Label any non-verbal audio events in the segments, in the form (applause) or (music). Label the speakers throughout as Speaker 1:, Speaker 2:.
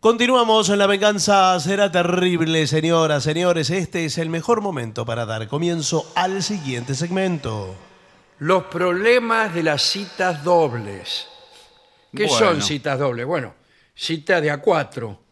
Speaker 1: Continuamos en La Venganza Será Terrible, señoras, señores. Este es el mejor momento para dar comienzo al siguiente segmento.
Speaker 2: Los problemas de las citas dobles. ¿Qué
Speaker 3: Bueno.
Speaker 2: son citas dobles? Bueno, cita de a cuatro.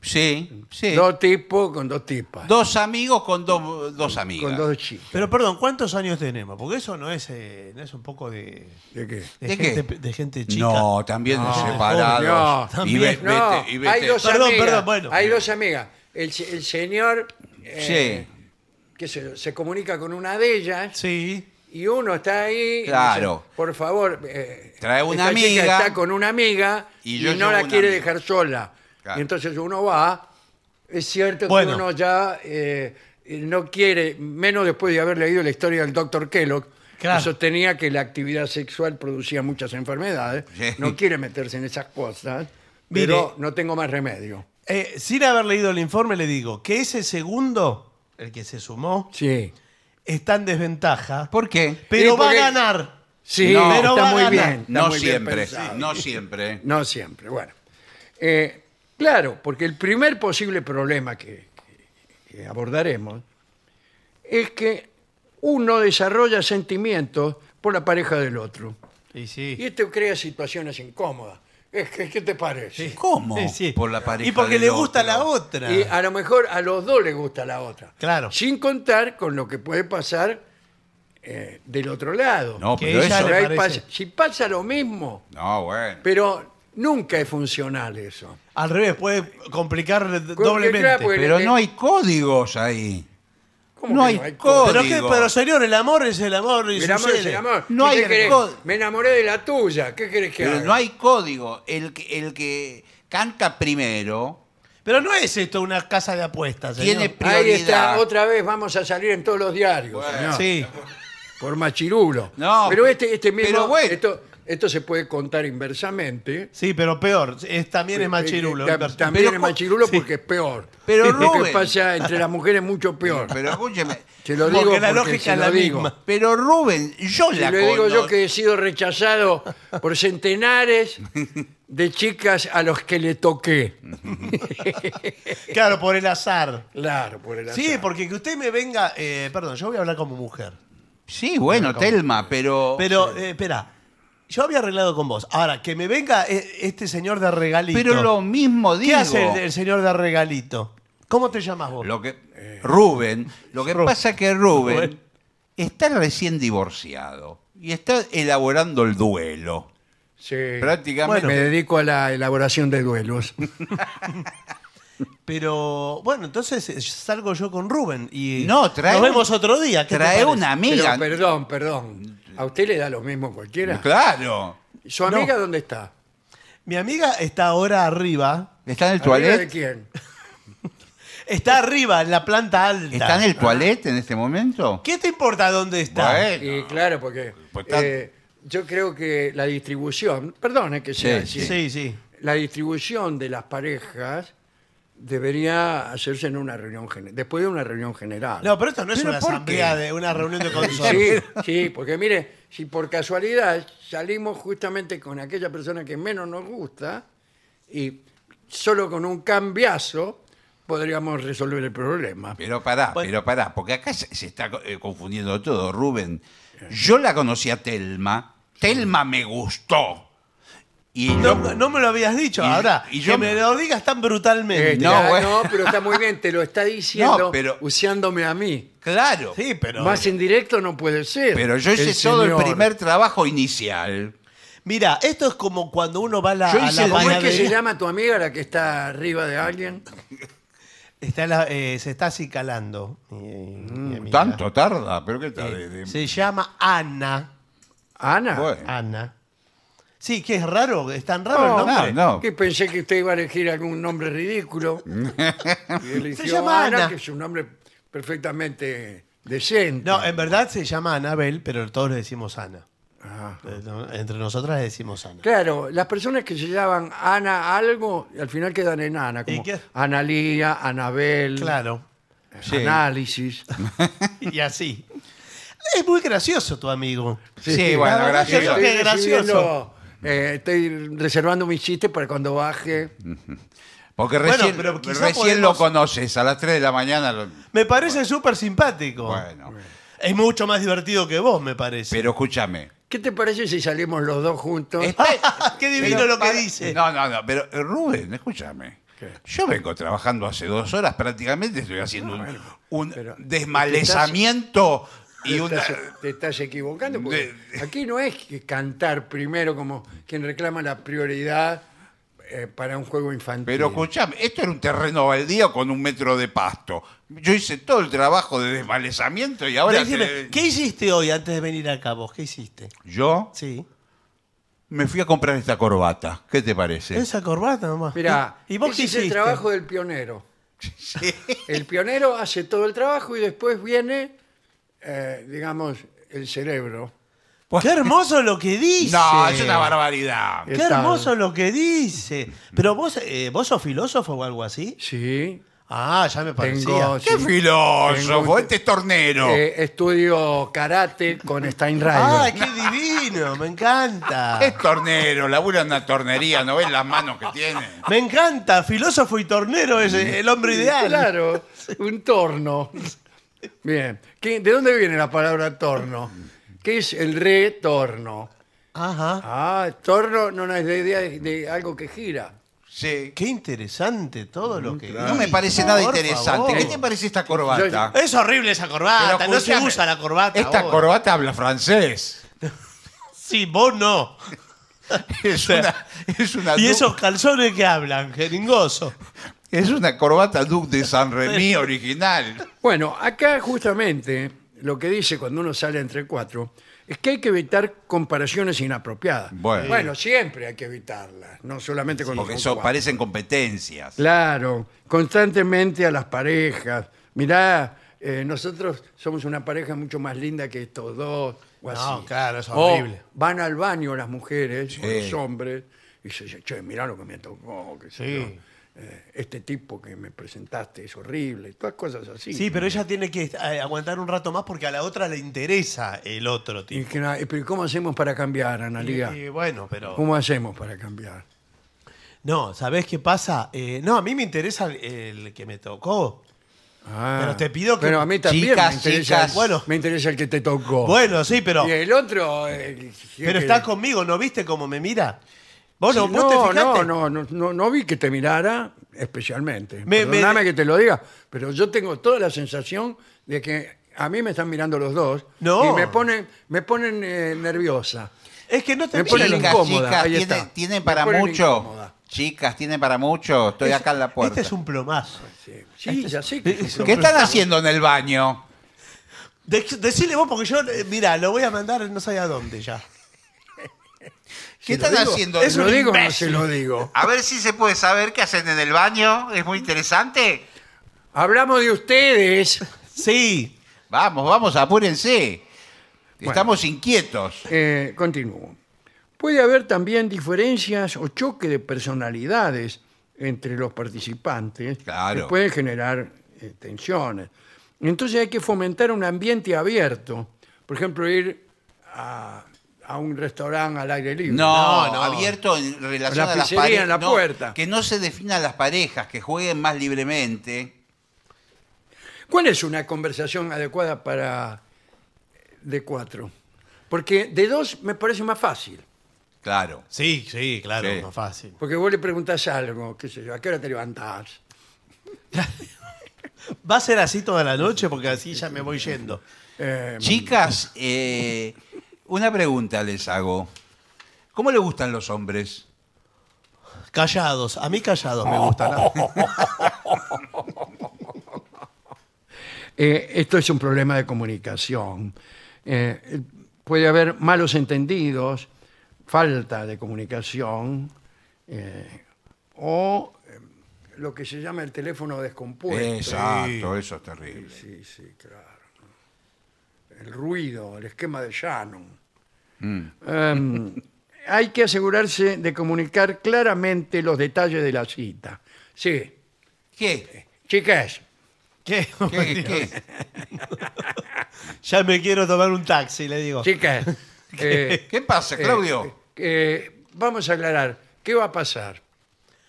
Speaker 3: Sí, sí.
Speaker 2: Dos tipos con dos tipas.
Speaker 3: Dos amigos con dos, dos amigas.
Speaker 2: con dos chicas.
Speaker 1: Pero perdón, ¿cuántos años tenemos? Porque eso no es, eh, no es un poco de,
Speaker 2: ¿De qué?
Speaker 1: de
Speaker 3: ¿De qué?
Speaker 1: gente, de gente chica.
Speaker 3: No, también separados.
Speaker 2: no,
Speaker 3: y ve-
Speaker 1: también.
Speaker 2: No,
Speaker 3: vete, y vete.
Speaker 2: hay dos
Speaker 1: Perdón,
Speaker 2: amigas.
Speaker 1: perdón, bueno.
Speaker 2: Hay dos amigas. El, se- el señor eh,
Speaker 3: Sí.
Speaker 2: qué sé yo, se comunica con una de ellas
Speaker 1: Sí.
Speaker 2: y uno está ahí. y dice,
Speaker 3: Claro.
Speaker 2: Por favor, eh,
Speaker 3: Trae una
Speaker 2: esta chica
Speaker 3: amiga.
Speaker 2: está con una amiga
Speaker 3: Y
Speaker 2: y,
Speaker 3: yo
Speaker 2: no
Speaker 3: llevo
Speaker 2: la
Speaker 3: una
Speaker 2: quiere
Speaker 3: amiga.
Speaker 2: dejar sola.
Speaker 3: Claro.
Speaker 2: Y entonces uno va. Es cierto
Speaker 1: Bueno.
Speaker 2: que uno ya eh, no quiere, menos después de haber leído la historia del doctor Kellogg.
Speaker 1: Claro.
Speaker 2: Que sostenía que la actividad sexual producía muchas enfermedades.
Speaker 3: Sí.
Speaker 2: No quiere meterse en esas cosas,
Speaker 1: Mire.
Speaker 2: pero no tengo más remedio.
Speaker 1: Eh, sin haber leído el informe, le digo que ese segundo, el que se sumó,
Speaker 2: Sí.
Speaker 1: está en desventaja.
Speaker 3: ¿Por qué?
Speaker 1: Pero
Speaker 2: Sí,
Speaker 1: va a
Speaker 2: porque-
Speaker 1: ganar.
Speaker 2: Sí,
Speaker 3: No,
Speaker 2: pero
Speaker 1: va
Speaker 2: está
Speaker 1: a
Speaker 2: muy
Speaker 1: ganar.
Speaker 2: bien. está
Speaker 3: No
Speaker 2: muy bien
Speaker 3: siempre,
Speaker 2: pensado.
Speaker 3: no siempre.
Speaker 2: No siempre, bueno. Eh, claro, porque el primer posible problema que, que- que abordaremos es que uno desarrolla sentimientos por la pareja del otro.
Speaker 1: Y
Speaker 2: Y
Speaker 1: sí.
Speaker 2: esto crea situaciones incómodas. Es que, ¿Qué te parece?
Speaker 3: ¿Cómo?
Speaker 1: Sí, sí.
Speaker 3: Por la pareja
Speaker 1: Y porque
Speaker 3: del
Speaker 1: le gusta
Speaker 3: otro.
Speaker 1: la otra.
Speaker 2: Y a lo mejor a los dos les gusta la otra.
Speaker 1: Claro.
Speaker 2: Sin contar con lo que puede pasar eh, del otro lado.
Speaker 3: No,
Speaker 1: Que
Speaker 3: pero
Speaker 1: ella
Speaker 3: eso.
Speaker 2: Por
Speaker 1: le-
Speaker 2: ahí
Speaker 1: parece?
Speaker 2: pasa- si pasa lo mismo,
Speaker 3: No, bueno.
Speaker 2: pero nunca es funcional eso.
Speaker 1: Al revés, puede complicar
Speaker 2: claro,
Speaker 1: doblemente.
Speaker 2: porque-
Speaker 3: Pero
Speaker 2: eh,
Speaker 3: no hay códigos ahí.
Speaker 2: ¿Cómo
Speaker 3: No
Speaker 2: que
Speaker 3: hay
Speaker 2: código?
Speaker 1: Pero, qué,
Speaker 3: digo-
Speaker 1: pero señor, el amor es el amor. Y
Speaker 2: El amor es
Speaker 1: sucede.
Speaker 2: el amor.
Speaker 3: No
Speaker 2: ¿Y
Speaker 3: hay
Speaker 2: qué querés?
Speaker 3: código.
Speaker 2: Me enamoré de la tuya. ¿Qué querés que
Speaker 3: Pero
Speaker 2: haga?
Speaker 3: no hay código. El que, el que canta primero
Speaker 1: Pero no es esto una casa de apuestas. Señor.
Speaker 3: Tiene-
Speaker 2: Ahí
Speaker 3: prioridad.
Speaker 2: está, otra vez vamos a salir en todos los diarios. señor.
Speaker 1: Sí.
Speaker 2: Por machirulo.
Speaker 3: No,
Speaker 2: pero este, este mismo.
Speaker 3: pero bueno.
Speaker 2: esto, esto se puede contar inversamente.
Speaker 1: sí, pero peor. Es, también es machirulo.
Speaker 2: Eh, eh,
Speaker 1: inverso.
Speaker 2: También
Speaker 3: Pero
Speaker 2: es
Speaker 3: co-
Speaker 2: machirulo
Speaker 1: sí.
Speaker 2: porque es peor.
Speaker 3: Pero
Speaker 2: lo que
Speaker 3: Rubén.
Speaker 2: pasa entre las mujeres es mucho peor.
Speaker 3: Pero escúcheme.
Speaker 2: Te lo digo
Speaker 1: Porque la
Speaker 2: porque
Speaker 1: lógica
Speaker 2: (laughs) se
Speaker 1: es
Speaker 2: lo
Speaker 1: la
Speaker 2: digo.
Speaker 1: misma.
Speaker 3: Pero Rubén, yo
Speaker 2: Y
Speaker 3: la
Speaker 2: le digo yo
Speaker 3: conozco.
Speaker 2: que he sido rechazado por
Speaker 3: (laughs)
Speaker 2: centenares de chicas a los que le toqué.
Speaker 1: Claro, por el azar.
Speaker 2: Claro, por el
Speaker 1: Sí,
Speaker 2: azar.
Speaker 1: porque que usted me venga. eh, perdón, yo voy a hablar como mujer.
Speaker 3: Sí, bueno, Telma, pero.
Speaker 1: Pero, eh, espera. Yo había arreglado con vos. Ahora, que me venga eh, este señor de regalito.
Speaker 3: Pero lo mismo
Speaker 1: ¿Qué
Speaker 3: digo.
Speaker 1: hace el, el señor de regalito? ¿Cómo te llamas vos?
Speaker 3: Lo que, Rubén, lo que
Speaker 1: Eh, Rubén.
Speaker 3: pasa es que Rubén,
Speaker 1: Rubén.
Speaker 3: está recién divorciado y está elaborando el duelo.
Speaker 2: Sí.
Speaker 3: Prácticamente.
Speaker 2: Me dedico a la elaboración de
Speaker 3: (laughs)
Speaker 2: duelos.
Speaker 1: Pero, bueno, entonces eh, salgo yo con Rubén y
Speaker 3: No, trae
Speaker 1: nos
Speaker 3: un-
Speaker 1: vemos otro día. ¿qué te
Speaker 3: Trae
Speaker 1: parece?
Speaker 3: una amiga.
Speaker 2: Pero, perdón, perdón. ¿A usted le da lo mismo cualquiera?
Speaker 3: Claro.
Speaker 2: ¿Su amiga dónde está?
Speaker 1: Mi amiga está ahora arriba.
Speaker 3: ¿Está en el
Speaker 2: ¿Amiga de
Speaker 3: toilet?
Speaker 2: quién?
Speaker 1: Está arriba, en la planta alta.
Speaker 3: ¿Está en el toilet en este momento?
Speaker 1: ¿Qué te importa dónde está?
Speaker 3: Bueno.
Speaker 2: Y claro, porque
Speaker 3: Pues está-
Speaker 2: eh, yo creo que la distribución, perdón, es que sea
Speaker 3: Sí,
Speaker 2: así,
Speaker 1: Sí, sí.
Speaker 2: la distribución de las parejas debería hacerse en una reunión gen- después de una reunión general.
Speaker 1: No, pero esto no es
Speaker 3: ¿Pero
Speaker 1: una
Speaker 3: por qué?
Speaker 1: asamblea de una reunión
Speaker 3: (laughs)
Speaker 1: de
Speaker 2: Sí,
Speaker 1: consorcio.
Speaker 2: sí, porque mire, si por casualidad salimos justamente con aquella persona que menos nos gusta y solo con un cambiazo podríamos resolver el problema.
Speaker 3: Pero pará,
Speaker 1: Bueno.
Speaker 3: pero pará, porque acá se, se está eh, confundiendo todo, Rubén. Yo la conocí a Telma, Telma me gustó. Y
Speaker 1: No,
Speaker 3: yo-
Speaker 1: no me lo habías dicho.
Speaker 3: Y-
Speaker 1: Ahora,
Speaker 3: y
Speaker 1: que
Speaker 3: yo-
Speaker 1: me lo digas tan brutalmente.
Speaker 2: Este,
Speaker 3: No,
Speaker 2: ah,
Speaker 3: bueno.
Speaker 2: no, pero está muy bien, te lo está diciendo
Speaker 3: No, pero-
Speaker 2: usándome a mí.
Speaker 3: claro,
Speaker 1: Sí, pero. eh,
Speaker 2: Más indirecto no puede ser.
Speaker 3: pero yo hice
Speaker 2: El
Speaker 3: todo
Speaker 2: señor.
Speaker 3: el primer trabajo inicial.
Speaker 1: Mira, esto es como cuando uno va a la,
Speaker 3: Yo
Speaker 1: a la
Speaker 3: hice el-
Speaker 2: ¿Cómo es que
Speaker 1: panadería.
Speaker 2: se llama tu amiga la que está arriba de alguien?
Speaker 1: Está la- eh, se está acicalando. mi- mi amiga.
Speaker 3: Mm, Tanto tarda, pero qué tal. de- de-
Speaker 1: Se llama Ana.
Speaker 2: Ana.
Speaker 3: Bueno.
Speaker 1: Ana. Sí, que es raro, es tan raro
Speaker 2: No,
Speaker 1: Ah, el nombre.
Speaker 3: no, no.
Speaker 2: Que pensé que usted iba a elegir algún nombre
Speaker 3: (laughs)
Speaker 2: ridículo. Y eligió
Speaker 1: llama
Speaker 2: Ana,
Speaker 1: Ana.
Speaker 2: que es un nombre perfectamente decente.
Speaker 1: No, en verdad se llama Anabel, pero todos le decimos Ana.
Speaker 2: Ah.
Speaker 1: Eh, no, Entre nosotras le decimos Ana.
Speaker 2: Claro, las personas que se llaman Ana algo, al final quedan en Ana,
Speaker 1: ¿Y
Speaker 2: como
Speaker 1: qué?
Speaker 2: Analía, Anabel,
Speaker 1: Claro.
Speaker 3: Sí.
Speaker 2: Análisis.
Speaker 1: Y así. Es muy gracioso tu amigo.
Speaker 3: (laughs) Sí, bueno,
Speaker 1: La verdad Ah, que
Speaker 3: gracioso.
Speaker 1: Qué gracioso.
Speaker 2: recibiendo eh, estoy reservando mi chiste para cuando baje.
Speaker 3: Mm. Porque
Speaker 1: Bueno,
Speaker 3: recién,
Speaker 1: pero quizá
Speaker 3: recién lo
Speaker 1: podemos-
Speaker 3: conoces, a las 3 de la mañana. lo-
Speaker 1: Me parece súper simpático.
Speaker 3: Bueno,
Speaker 1: Es mucho más divertido que vos, me parece.
Speaker 3: pero escúchame.
Speaker 2: ¿Qué te parece si salimos los dos
Speaker 1: (laughs)
Speaker 2: juntos?
Speaker 3: Este-
Speaker 1: Eh, Qué divino
Speaker 3: pero
Speaker 1: lo que
Speaker 3: para-
Speaker 1: dice.
Speaker 3: No, no, no, pero eh, Rubén, escúchame.
Speaker 2: ¿Qué?
Speaker 3: Yo vengo trabajando hace dos horas, prácticamente estoy haciendo un, un
Speaker 2: pero-
Speaker 3: desmalezamiento y
Speaker 2: Te
Speaker 3: una.
Speaker 2: estás- te estás equivocando porque
Speaker 3: de-
Speaker 2: aquí no es que cantar primero como quien reclama la prioridad eh, para un juego infantil.
Speaker 3: Pero escúchame, esto era un terreno baldío con un metro de pasto. Yo hice todo el trabajo de desmalezamiento y ahora.
Speaker 1: Decime,
Speaker 3: te-
Speaker 1: ¿qué hiciste hoy antes de venir acá vos? ¿Qué hiciste?
Speaker 3: Yo
Speaker 1: Sí.
Speaker 3: me fui a comprar esta corbata. ¿Qué te parece?
Speaker 1: Esa corbata nomás.
Speaker 2: Mira,
Speaker 1: ¿Y, y vos qué
Speaker 2: es el
Speaker 1: hiciste?
Speaker 2: trabajo del
Speaker 3: (laughs)
Speaker 2: pionero. El pionero hace todo el trabajo y después viene, eh, digamos, el cerebro.
Speaker 1: Qué hermoso lo que dice.
Speaker 3: No, es una barbaridad.
Speaker 1: Qué
Speaker 2: Está-
Speaker 1: hermoso lo que dice. Pero vos, eh, vos sos filósofo o algo así.
Speaker 2: Sí,
Speaker 1: Ah, ya me
Speaker 2: tengo
Speaker 1: parecía.
Speaker 3: ¡Qué
Speaker 2: sí, Tengo
Speaker 3: filósofo!
Speaker 2: un-
Speaker 3: Este es tornero.
Speaker 2: eh, estudio karate con
Speaker 1: Ah,
Speaker 2: Steinreich.
Speaker 1: qué divino, me encanta.
Speaker 3: Es tornero, labura en una tornería, ¿no ves las manos que tiene?
Speaker 1: Me encanta, filósofo y tornero es eh, el hombre ideal.
Speaker 2: Claro, un torno. Bien, ¿qué- ¿de dónde viene la palabra torno? ¿Qué es el retorno?
Speaker 1: Ajá.
Speaker 2: Ah, torno no no, es de idea de, de algo que gira.
Speaker 3: Sí.
Speaker 1: Qué interesante todo lo que
Speaker 3: No me
Speaker 1: dice,
Speaker 3: parece nada
Speaker 1: por
Speaker 3: interesante.
Speaker 1: favor.
Speaker 3: ¿Qué te parece esta corbata?
Speaker 1: Es horrible esa corbata,
Speaker 3: Pero
Speaker 1: no se
Speaker 3: escuchame,
Speaker 1: usa la corbata.
Speaker 3: Esta
Speaker 1: ahora.
Speaker 3: corbata habla francés.
Speaker 1: Sí, vos no.
Speaker 3: Es una, es una
Speaker 1: Y
Speaker 3: Duc-
Speaker 1: esos calzones que hablan, jeringoso.
Speaker 3: es una corbata Duc de San Remy original.
Speaker 2: Bueno, acá justamente lo que dice cuando uno sale entre cuatro es que hay que evitar comparaciones inapropiadas.
Speaker 3: Bueno.
Speaker 2: siempre hay que evitarlas, no solamente cuando
Speaker 3: Porque
Speaker 2: son
Speaker 3: eso
Speaker 2: cuatro.
Speaker 3: parecen competencias.
Speaker 2: Claro, constantemente a las parejas. Mirá, eh, nosotros somos una pareja mucho más linda que estos dos. O así.
Speaker 1: No, claro, es
Speaker 2: O
Speaker 1: horrible.
Speaker 2: van al baño las mujeres, o
Speaker 3: Sí.
Speaker 2: los hombres, y se dicen, che, mirá lo que me tocó, qué sé
Speaker 1: Sí.
Speaker 2: yo. Eh, este tipo que me presentaste es horrible, todas cosas así.
Speaker 1: Sí, pero ella tiene que eh, aguantar un rato más porque a la otra le interesa el otro
Speaker 2: Y
Speaker 1: tipo.
Speaker 2: que na- eh, pero ¿cómo hacemos para cambiar, Analia?
Speaker 1: Y bueno, pero.
Speaker 2: ¿Cómo hacemos para cambiar?
Speaker 1: No, ¿sabés qué pasa? Eh, no, a mí me interesa el, el que me tocó.
Speaker 2: Ah.
Speaker 1: Pero te pido que-
Speaker 2: Pero a mí también
Speaker 3: Chicas,
Speaker 2: me, interesa,
Speaker 3: chicas.
Speaker 2: bueno. me interesa el que te
Speaker 3: Oh.
Speaker 2: tocó.
Speaker 1: Bueno, sí, pero.
Speaker 2: Y el otro... eh, el-
Speaker 1: Pero
Speaker 2: el-
Speaker 1: está conmigo, ¿no viste cómo me mira? Vos Oh, no,
Speaker 2: Sí,
Speaker 1: vos te fijaste.
Speaker 2: no, no, no, no vi que te mirara especialmente.
Speaker 1: Me- me-
Speaker 2: Perdóname que te lo diga, pero yo tengo toda la sensación de que a mí me están mirando los dos
Speaker 1: No.
Speaker 2: y me ponen, me ponen eh, nerviosa.
Speaker 1: Es que no te
Speaker 2: Me
Speaker 1: mira.
Speaker 2: ponen
Speaker 3: Chicas,
Speaker 2: incómoda,
Speaker 3: chicas,
Speaker 2: ahí
Speaker 3: tiene,
Speaker 2: está.
Speaker 3: tiene
Speaker 2: Me
Speaker 3: para
Speaker 2: ponen
Speaker 3: mucho.
Speaker 2: incómoda.
Speaker 3: Chicas, tiene para mucho. Estoy acá en la
Speaker 1: Este
Speaker 3: puerta.
Speaker 1: es un plomazo.
Speaker 2: Sí, sí, ya sé
Speaker 1: Eh,
Speaker 2: que es un (laughs)
Speaker 3: ¿Qué
Speaker 2: problema.
Speaker 3: están haciendo en el baño?
Speaker 1: De- decile vos, porque yo, eh, mira, lo voy a mandar no sé a dónde ya.
Speaker 3: ¿Qué
Speaker 2: ¿Se lo
Speaker 3: están
Speaker 2: digo?
Speaker 3: haciendo?
Speaker 2: ¿Se lo digo o no se
Speaker 3: imbécil.
Speaker 2: lo digo?
Speaker 3: A ver si se puede saber qué hacen en el baño. Es muy interesante.
Speaker 2: Hablamos de ustedes.
Speaker 1: Sí.
Speaker 3: Vamos, vamos, apúrense. Estamos inquietos.
Speaker 2: Eh, continúo. Puede haber también diferencias o choque de personalidades entre los participantes
Speaker 3: Claro.
Speaker 2: que pueden generar eh, tensiones. Entonces hay que fomentar un ambiente abierto. Por ejemplo, ir a, a un restaurante al aire libre.
Speaker 3: No,
Speaker 1: No, no.
Speaker 3: abierto en relación
Speaker 2: La
Speaker 3: a las
Speaker 2: pizzería
Speaker 3: parejas.
Speaker 2: en la
Speaker 3: no,
Speaker 2: puerta.
Speaker 3: que no se definan las parejas, que jueguen más libremente.
Speaker 2: ¿Cuál es una conversación adecuada para eh, de cuatro? Porque de dos me parece más fácil.
Speaker 3: Claro.
Speaker 1: Sí, sí, claro,
Speaker 3: Sí.
Speaker 1: más fácil.
Speaker 2: Porque vos le preguntás algo, qué sé yo, ¿a qué hora te levantás?
Speaker 1: Va a ser así toda la noche porque así ya me voy yendo.
Speaker 2: Eh,
Speaker 3: Chicas, eh, una pregunta les hago. ¿Cómo le gustan los hombres?
Speaker 1: Callados, a mí callados
Speaker 3: Oh.
Speaker 1: me gustan. ¿no?
Speaker 2: Eh, esto es un problema de comunicación. Eh, eh, puede haber malos entendidos, falta de comunicación eh, o eh, lo que se llama el teléfono descompuesto.
Speaker 3: Exacto, eso es terrible.
Speaker 2: Sí, sí, claro. El ruido, el esquema de Shannon.
Speaker 3: Mm.
Speaker 2: Em, hay que asegurarse de comunicar claramente los detalles de la cita. Sí,
Speaker 3: ¿Qué?
Speaker 2: chicas,
Speaker 1: (laughs) ¿Qué?
Speaker 3: ¿Qué? ¿Qué?
Speaker 1: Ya me quiero tomar un taxi, le digo.
Speaker 3: (laughs)
Speaker 2: chicas. eh,
Speaker 3: ¿Qué pasa, Claudio?
Speaker 2: Eh, eh, vamos a aclarar qué va a pasar.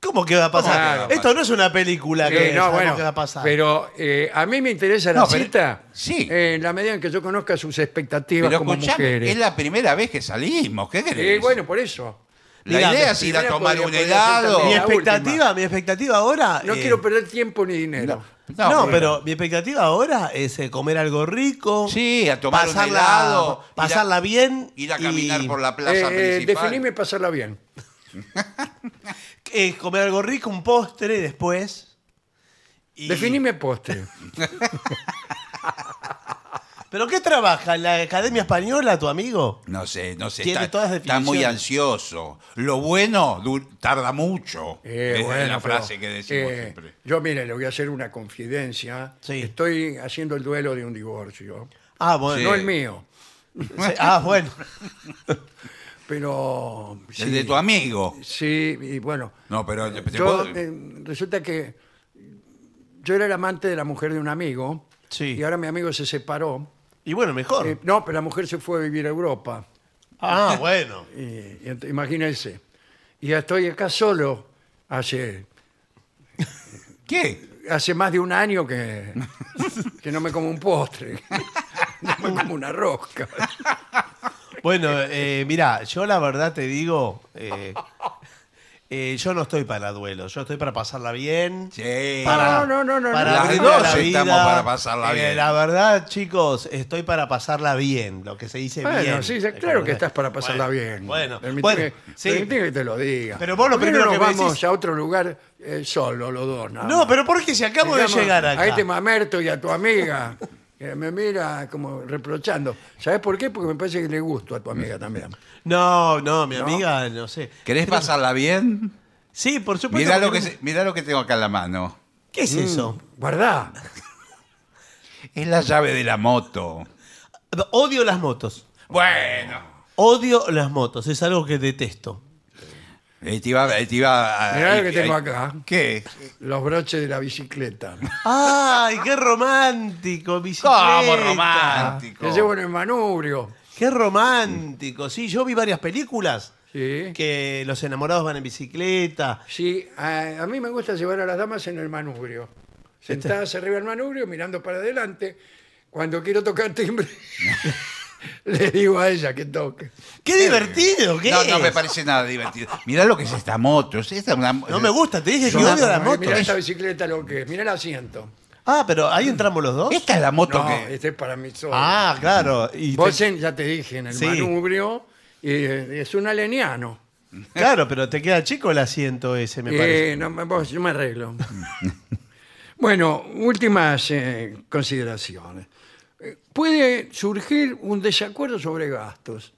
Speaker 1: ¿Cómo que va a pasar?
Speaker 2: Claro.
Speaker 1: Esto no es una película
Speaker 2: Eh,
Speaker 1: que
Speaker 2: no,
Speaker 1: sabemos
Speaker 2: bueno,
Speaker 1: que va a pasar.
Speaker 2: Pero eh, a mí me interesa la
Speaker 3: No, pero-
Speaker 2: cita
Speaker 3: sí.
Speaker 2: eh, en la medida en que yo conozca sus expectativas
Speaker 3: Pero
Speaker 2: como
Speaker 3: escuchame,
Speaker 2: mujeres.
Speaker 3: es la primera vez que salimos, ¿qué
Speaker 2: Eh,
Speaker 3: crees?
Speaker 2: bueno, por eso.
Speaker 3: la
Speaker 1: Dígame,
Speaker 3: idea es ir a
Speaker 2: primero
Speaker 3: tomar
Speaker 2: podría-
Speaker 3: un
Speaker 2: podría ser
Speaker 3: helado.
Speaker 1: mi
Speaker 2: también la
Speaker 1: expectativa,
Speaker 2: última.
Speaker 1: mi expectativa ahora.
Speaker 2: No
Speaker 1: eh,
Speaker 2: quiero perder tiempo ni dinero.
Speaker 3: No.
Speaker 1: No,
Speaker 3: bueno.
Speaker 1: pero mi expectativa ahora es eh, comer algo rico.
Speaker 3: Sí, a tomar un
Speaker 1: pasarla,
Speaker 3: helado, ir a-
Speaker 1: Pasarla bien.
Speaker 3: Ir a
Speaker 1: y,
Speaker 3: caminar por la
Speaker 2: Eh,
Speaker 3: plaza
Speaker 2: eh,
Speaker 3: principal.
Speaker 2: definime pasarla bien.
Speaker 1: eh, comer algo rico, un postre después. y-
Speaker 2: Definime
Speaker 3: (laughs)
Speaker 2: postre.
Speaker 1: ¿Pero qué trabaja? ¿En la Academia Española, tu amigo?
Speaker 3: No sé, no sé.
Speaker 1: Tiene
Speaker 3: Está,
Speaker 1: todas las
Speaker 3: está muy
Speaker 1: definiciones.
Speaker 3: ansioso. Lo bueno du- tarda mucho.
Speaker 2: Eh,
Speaker 3: es
Speaker 2: bueno,
Speaker 3: la
Speaker 2: pero,
Speaker 3: frase que decimos
Speaker 2: eh,
Speaker 3: siempre.
Speaker 2: Yo, mire, le voy a hacer una confidencia.
Speaker 1: Sí.
Speaker 2: Estoy haciendo el duelo de un divorcio.
Speaker 1: Ah, bueno.
Speaker 3: Sí.
Speaker 2: No el mío,
Speaker 1: Sí, Ah, bueno.
Speaker 2: pero...
Speaker 3: El de tu amigo.
Speaker 2: Sí, y bueno.
Speaker 3: No, pero
Speaker 1: Pues
Speaker 3: te- te
Speaker 2: Yo,
Speaker 3: puedo-
Speaker 2: eh, resulta que yo era el amante de la mujer de un amigo.
Speaker 1: Sí.
Speaker 2: Y ahora mi amigo se separó.
Speaker 1: Y bueno, mejor.
Speaker 2: Eh, no, pero la mujer se fue a vivir a Europa. eh,
Speaker 1: ah, bueno.
Speaker 2: Y- y ent- imagínense. Y ya estoy acá solo hace,
Speaker 3: ¿Qué?
Speaker 2: hace más de un
Speaker 1: (laughs)
Speaker 2: año que, que no me como un postre. (laughs) No me como una rosca.
Speaker 1: Bueno, eh, mira, yo la verdad te digo, eh, eh, yo no estoy para duelo, yo estoy para pasarla bien.
Speaker 3: Sí.
Speaker 1: Para,
Speaker 2: No, no, no, no,
Speaker 1: para
Speaker 2: no.
Speaker 1: abrirme
Speaker 2: Las
Speaker 1: a la
Speaker 3: dos
Speaker 1: vida.
Speaker 3: estamos para pasarla
Speaker 1: Eh,
Speaker 3: bien.
Speaker 1: La verdad, chicos, estoy para pasarla bien, lo que se dice
Speaker 2: Bueno,
Speaker 1: bien.
Speaker 2: sí, sí, claro que estás para pasarla
Speaker 1: Bueno,
Speaker 2: bien.
Speaker 1: Bueno,
Speaker 2: Permitime-
Speaker 1: bueno, sí.
Speaker 2: permitime que te lo diga.
Speaker 1: Pero vos lo
Speaker 2: ¿Por qué
Speaker 1: primero
Speaker 2: no
Speaker 1: que
Speaker 2: nos
Speaker 1: me
Speaker 2: vamos
Speaker 1: decís-
Speaker 2: a otro lugar eh, solo, los dos. nada
Speaker 1: No,
Speaker 2: más?
Speaker 1: pero porque si acabo de
Speaker 2: Digamos,
Speaker 1: llegar
Speaker 2: A
Speaker 1: acá.
Speaker 2: este mamerto y a tu amiga. que me mira como reprochando. ¿Sabes por qué? Porque me parece que le gusto a tu amiga también.
Speaker 1: No, no, mi
Speaker 2: ¿No?
Speaker 1: amiga, no sé.
Speaker 3: ¿Querés pasarla bien?
Speaker 1: Sí, por supuesto.
Speaker 3: Mirá lo, que,
Speaker 1: porque-
Speaker 3: se- Mm. mirá lo que tengo acá en la mano.
Speaker 1: ¿Qué es eso?
Speaker 2: Mm, Guardá.
Speaker 3: Es la llave de la moto.
Speaker 1: Odio las motos.
Speaker 3: Bueno.
Speaker 1: Odio las motos, es algo que detesto.
Speaker 3: Eh, te iba- eh, te iba a-
Speaker 2: Mirá lo que
Speaker 3: eh,
Speaker 2: tengo
Speaker 3: eh,
Speaker 2: acá.
Speaker 3: ¿Qué?
Speaker 2: Los broches de la bicicleta.
Speaker 1: ¡Ay, qué romántico! Bicicleta.
Speaker 3: ¿Cómo romántico?
Speaker 2: Que llevo en el manubrio.
Speaker 1: ¡Qué romántico! Sí, yo vi varias películas
Speaker 2: Sí.
Speaker 1: que los enamorados van en bicicleta.
Speaker 2: Sí, a, a mí me gusta llevar a las damas en el manubrio.
Speaker 1: Este.
Speaker 2: Sentadas arriba del manubrio, mirando para adelante. Cuando quiero tocar timbre, (laughs) le digo a ella que toque.
Speaker 1: ¡Qué divertido! ¿Qué
Speaker 3: no,
Speaker 1: es?
Speaker 3: no me parece nada divertido. Mirá lo que es esta moto. es esta una-
Speaker 1: No me gusta, te dije que
Speaker 3: Yo
Speaker 1: odio las
Speaker 2: Mirá
Speaker 1: motos.
Speaker 2: esta bicicleta lo que es. Mirá el asiento.
Speaker 1: Ah, pero ahí entramos los dos.
Speaker 3: Esta es la moto
Speaker 2: No,
Speaker 3: que...
Speaker 2: este es para mí solo.
Speaker 1: Ah, claro. Y te-
Speaker 2: Bolsen, ya te dije, en el
Speaker 1: Sí.
Speaker 2: manubrio, eh, es un aleniano.
Speaker 1: claro, pero te queda chico el asiento ese, me
Speaker 2: Eh,
Speaker 1: parece.
Speaker 2: no, me- vos, yo
Speaker 1: (laughs)
Speaker 2: me arreglo. bueno, últimas eh, consideraciones. Eh, Puede surgir un desacuerdo sobre gastos.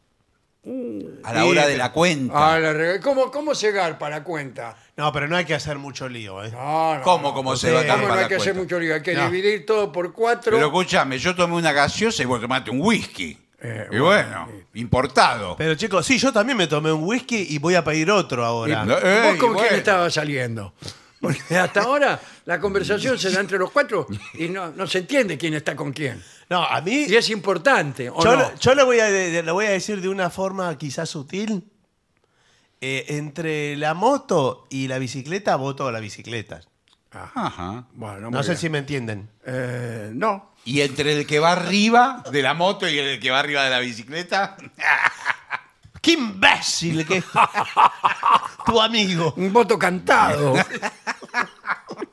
Speaker 3: A la hora de la cuenta.
Speaker 2: Ah, la re- ¿Cómo, ¿Cómo se garpa la cuenta?
Speaker 1: No, pero no hay que hacer mucho lío, ¿eh?
Speaker 2: No, no,
Speaker 3: ¿Cómo,
Speaker 2: no.
Speaker 3: cómo se
Speaker 1: Sí.
Speaker 3: va a
Speaker 1: ¿Cómo
Speaker 2: Vamos,
Speaker 3: tapar
Speaker 2: no hay
Speaker 3: la
Speaker 2: que hacer
Speaker 3: cuenta?
Speaker 2: mucho lío, hay que
Speaker 1: No.
Speaker 2: dividir todo por cuatro.
Speaker 3: Pero escúchame, yo tomé una gaseosa y vos tomaste un whisky.
Speaker 2: Eh,
Speaker 3: y bueno, importado.
Speaker 1: Pero chicos, sí, yo también me tomé un whisky y voy a pedir otro ahora.
Speaker 3: No, eh,
Speaker 2: ¿Vos con
Speaker 3: bueno.
Speaker 2: quién estaba saliendo? Porque hasta ahora la conversación se da entre los cuatro y no, no se entiende quién está con quién.
Speaker 1: No, a mí.
Speaker 2: Y es importante, ¿o
Speaker 1: Yo,
Speaker 2: no?
Speaker 1: lo- yo lo, voy a, de- de- lo voy a decir de una forma quizás sutil. Eh, entre la moto y la bicicleta, voto a la bicicleta.
Speaker 3: Ajá.
Speaker 2: Ah, Bueno,
Speaker 1: No
Speaker 2: muy
Speaker 1: sé
Speaker 2: bien.
Speaker 1: si me entienden.
Speaker 2: Eh, no.
Speaker 3: Y entre el que va arriba de la moto y el que va arriba de la bicicleta,
Speaker 1: ¡Qué imbécil
Speaker 2: (laughs)
Speaker 1: que es tu amigo!
Speaker 2: Un voto cantado. (laughs)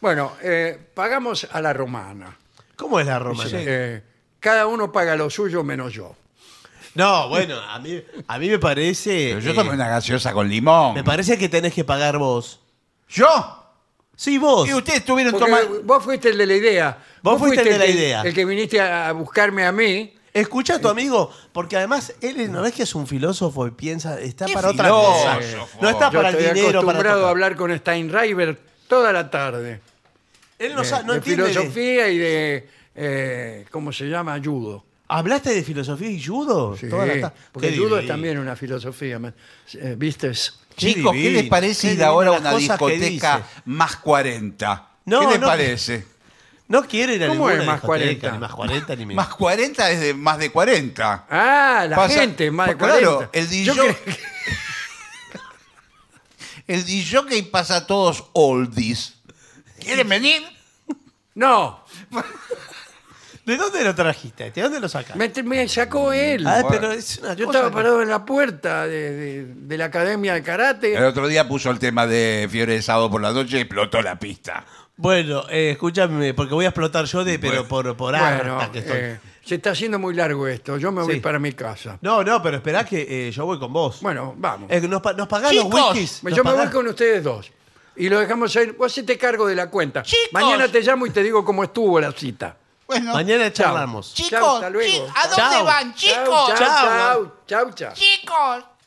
Speaker 2: bueno, eh, pagamos a la romana.
Speaker 1: ¿Cómo es la romana?
Speaker 2: Eh, cada uno paga lo suyo menos yo.
Speaker 1: No, bueno, a mí, a mí me parece.
Speaker 3: Pero yo
Speaker 1: eh,
Speaker 3: tomé una gaseosa con limón.
Speaker 1: Me parece que tenés que pagar vos.
Speaker 3: ¿Yo?
Speaker 1: Sí, vos.
Speaker 3: Y ustedes tuvieron
Speaker 2: Porque
Speaker 3: tomando.
Speaker 2: vos fuiste el de la idea.
Speaker 1: Vos fuiste el de la
Speaker 2: que-
Speaker 1: idea.
Speaker 2: El que viniste a a buscarme a mí.
Speaker 1: Escucha
Speaker 2: eh,
Speaker 1: a tu amigo, porque además él no ves que es un filósofo y piensa, está
Speaker 3: ¿Qué
Speaker 1: para otra cosa.
Speaker 3: filósofo?
Speaker 1: No está
Speaker 2: Yo
Speaker 1: para el
Speaker 2: estoy
Speaker 1: dinero, para
Speaker 2: acostumbrado a
Speaker 1: todo.
Speaker 2: hablar con Steinreiber toda la tarde.
Speaker 1: Él no,
Speaker 2: de-
Speaker 1: sabe- no
Speaker 2: de
Speaker 1: entiende. de-
Speaker 2: filosofía y de, eh, ¿cómo se llama? Ayudo.
Speaker 1: ¿Hablaste de filosofía y judo?
Speaker 2: Sí,
Speaker 1: Toda la ta-
Speaker 2: porque
Speaker 1: Qué
Speaker 2: judo es
Speaker 1: divino.
Speaker 2: también una filosofía, man. Eh, ¿viste?
Speaker 3: Chicos, ¿qué
Speaker 1: divino,
Speaker 3: les parece
Speaker 1: qué
Speaker 3: ir ahora a
Speaker 1: divino
Speaker 3: una
Speaker 1: las cosas que
Speaker 3: discoteca
Speaker 1: dice.
Speaker 3: más 40?
Speaker 1: No,
Speaker 3: ¿Qué les
Speaker 1: no.
Speaker 3: parece?
Speaker 1: No quiere ir a
Speaker 2: ¿Cómo
Speaker 1: ninguna
Speaker 2: es más
Speaker 1: discoteca,
Speaker 2: 40?
Speaker 1: ni más 40
Speaker 2: (laughs)
Speaker 1: ni menos.
Speaker 3: Más 40 es de más de 40.
Speaker 2: Ah, la
Speaker 3: Pasa-
Speaker 2: gente, más de
Speaker 3: Pues claro,
Speaker 2: 40.
Speaker 3: el
Speaker 2: Yo
Speaker 3: DJ
Speaker 2: cre-
Speaker 3: (laughs) El DJ pasa a todos oldies. ¿Quieren venir?
Speaker 2: No,
Speaker 1: ¿De dónde lo trajiste? este? ¿De dónde lo sacaste?
Speaker 2: me, me sacó él.
Speaker 1: Ah, pero es una
Speaker 2: Yo
Speaker 1: cosa
Speaker 2: estaba
Speaker 1: que-
Speaker 2: parado en la puerta de, de- de la Academia de
Speaker 3: El
Speaker 2: Karate.
Speaker 3: otro día puso el tema de Fiebre de Sábado por la Noche y explotó la pista.
Speaker 1: Bueno, eh, escúchame, porque voy a explotar yo de, pero por, por
Speaker 2: Bueno,
Speaker 1: harta que estoy.
Speaker 2: eh, se está haciendo muy largo esto. Yo me voy
Speaker 1: Sí.
Speaker 2: para mi casa.
Speaker 1: No, no, pero esperá que eh, yo voy con vos.
Speaker 2: Bueno, vamos.
Speaker 1: Eh, nos, pa- nos pagás los
Speaker 3: Chicos,
Speaker 1: whiskies.
Speaker 2: Me-
Speaker 1: nos
Speaker 2: Yo me voy
Speaker 1: pagás-
Speaker 2: con ustedes dos. Y lo dejamos ahí. Vos te cargo de la cuenta.
Speaker 3: Chicos.
Speaker 2: Mañana te llamo y te digo cómo estuvo la cita.
Speaker 3: Bueno,
Speaker 1: Mañana charlamos.
Speaker 2: Chao, hasta luego.
Speaker 1: Chao.
Speaker 4: van,
Speaker 2: Chao, chao,
Speaker 1: Chao.
Speaker 2: chao, chao, chao.
Speaker 4: Chicos.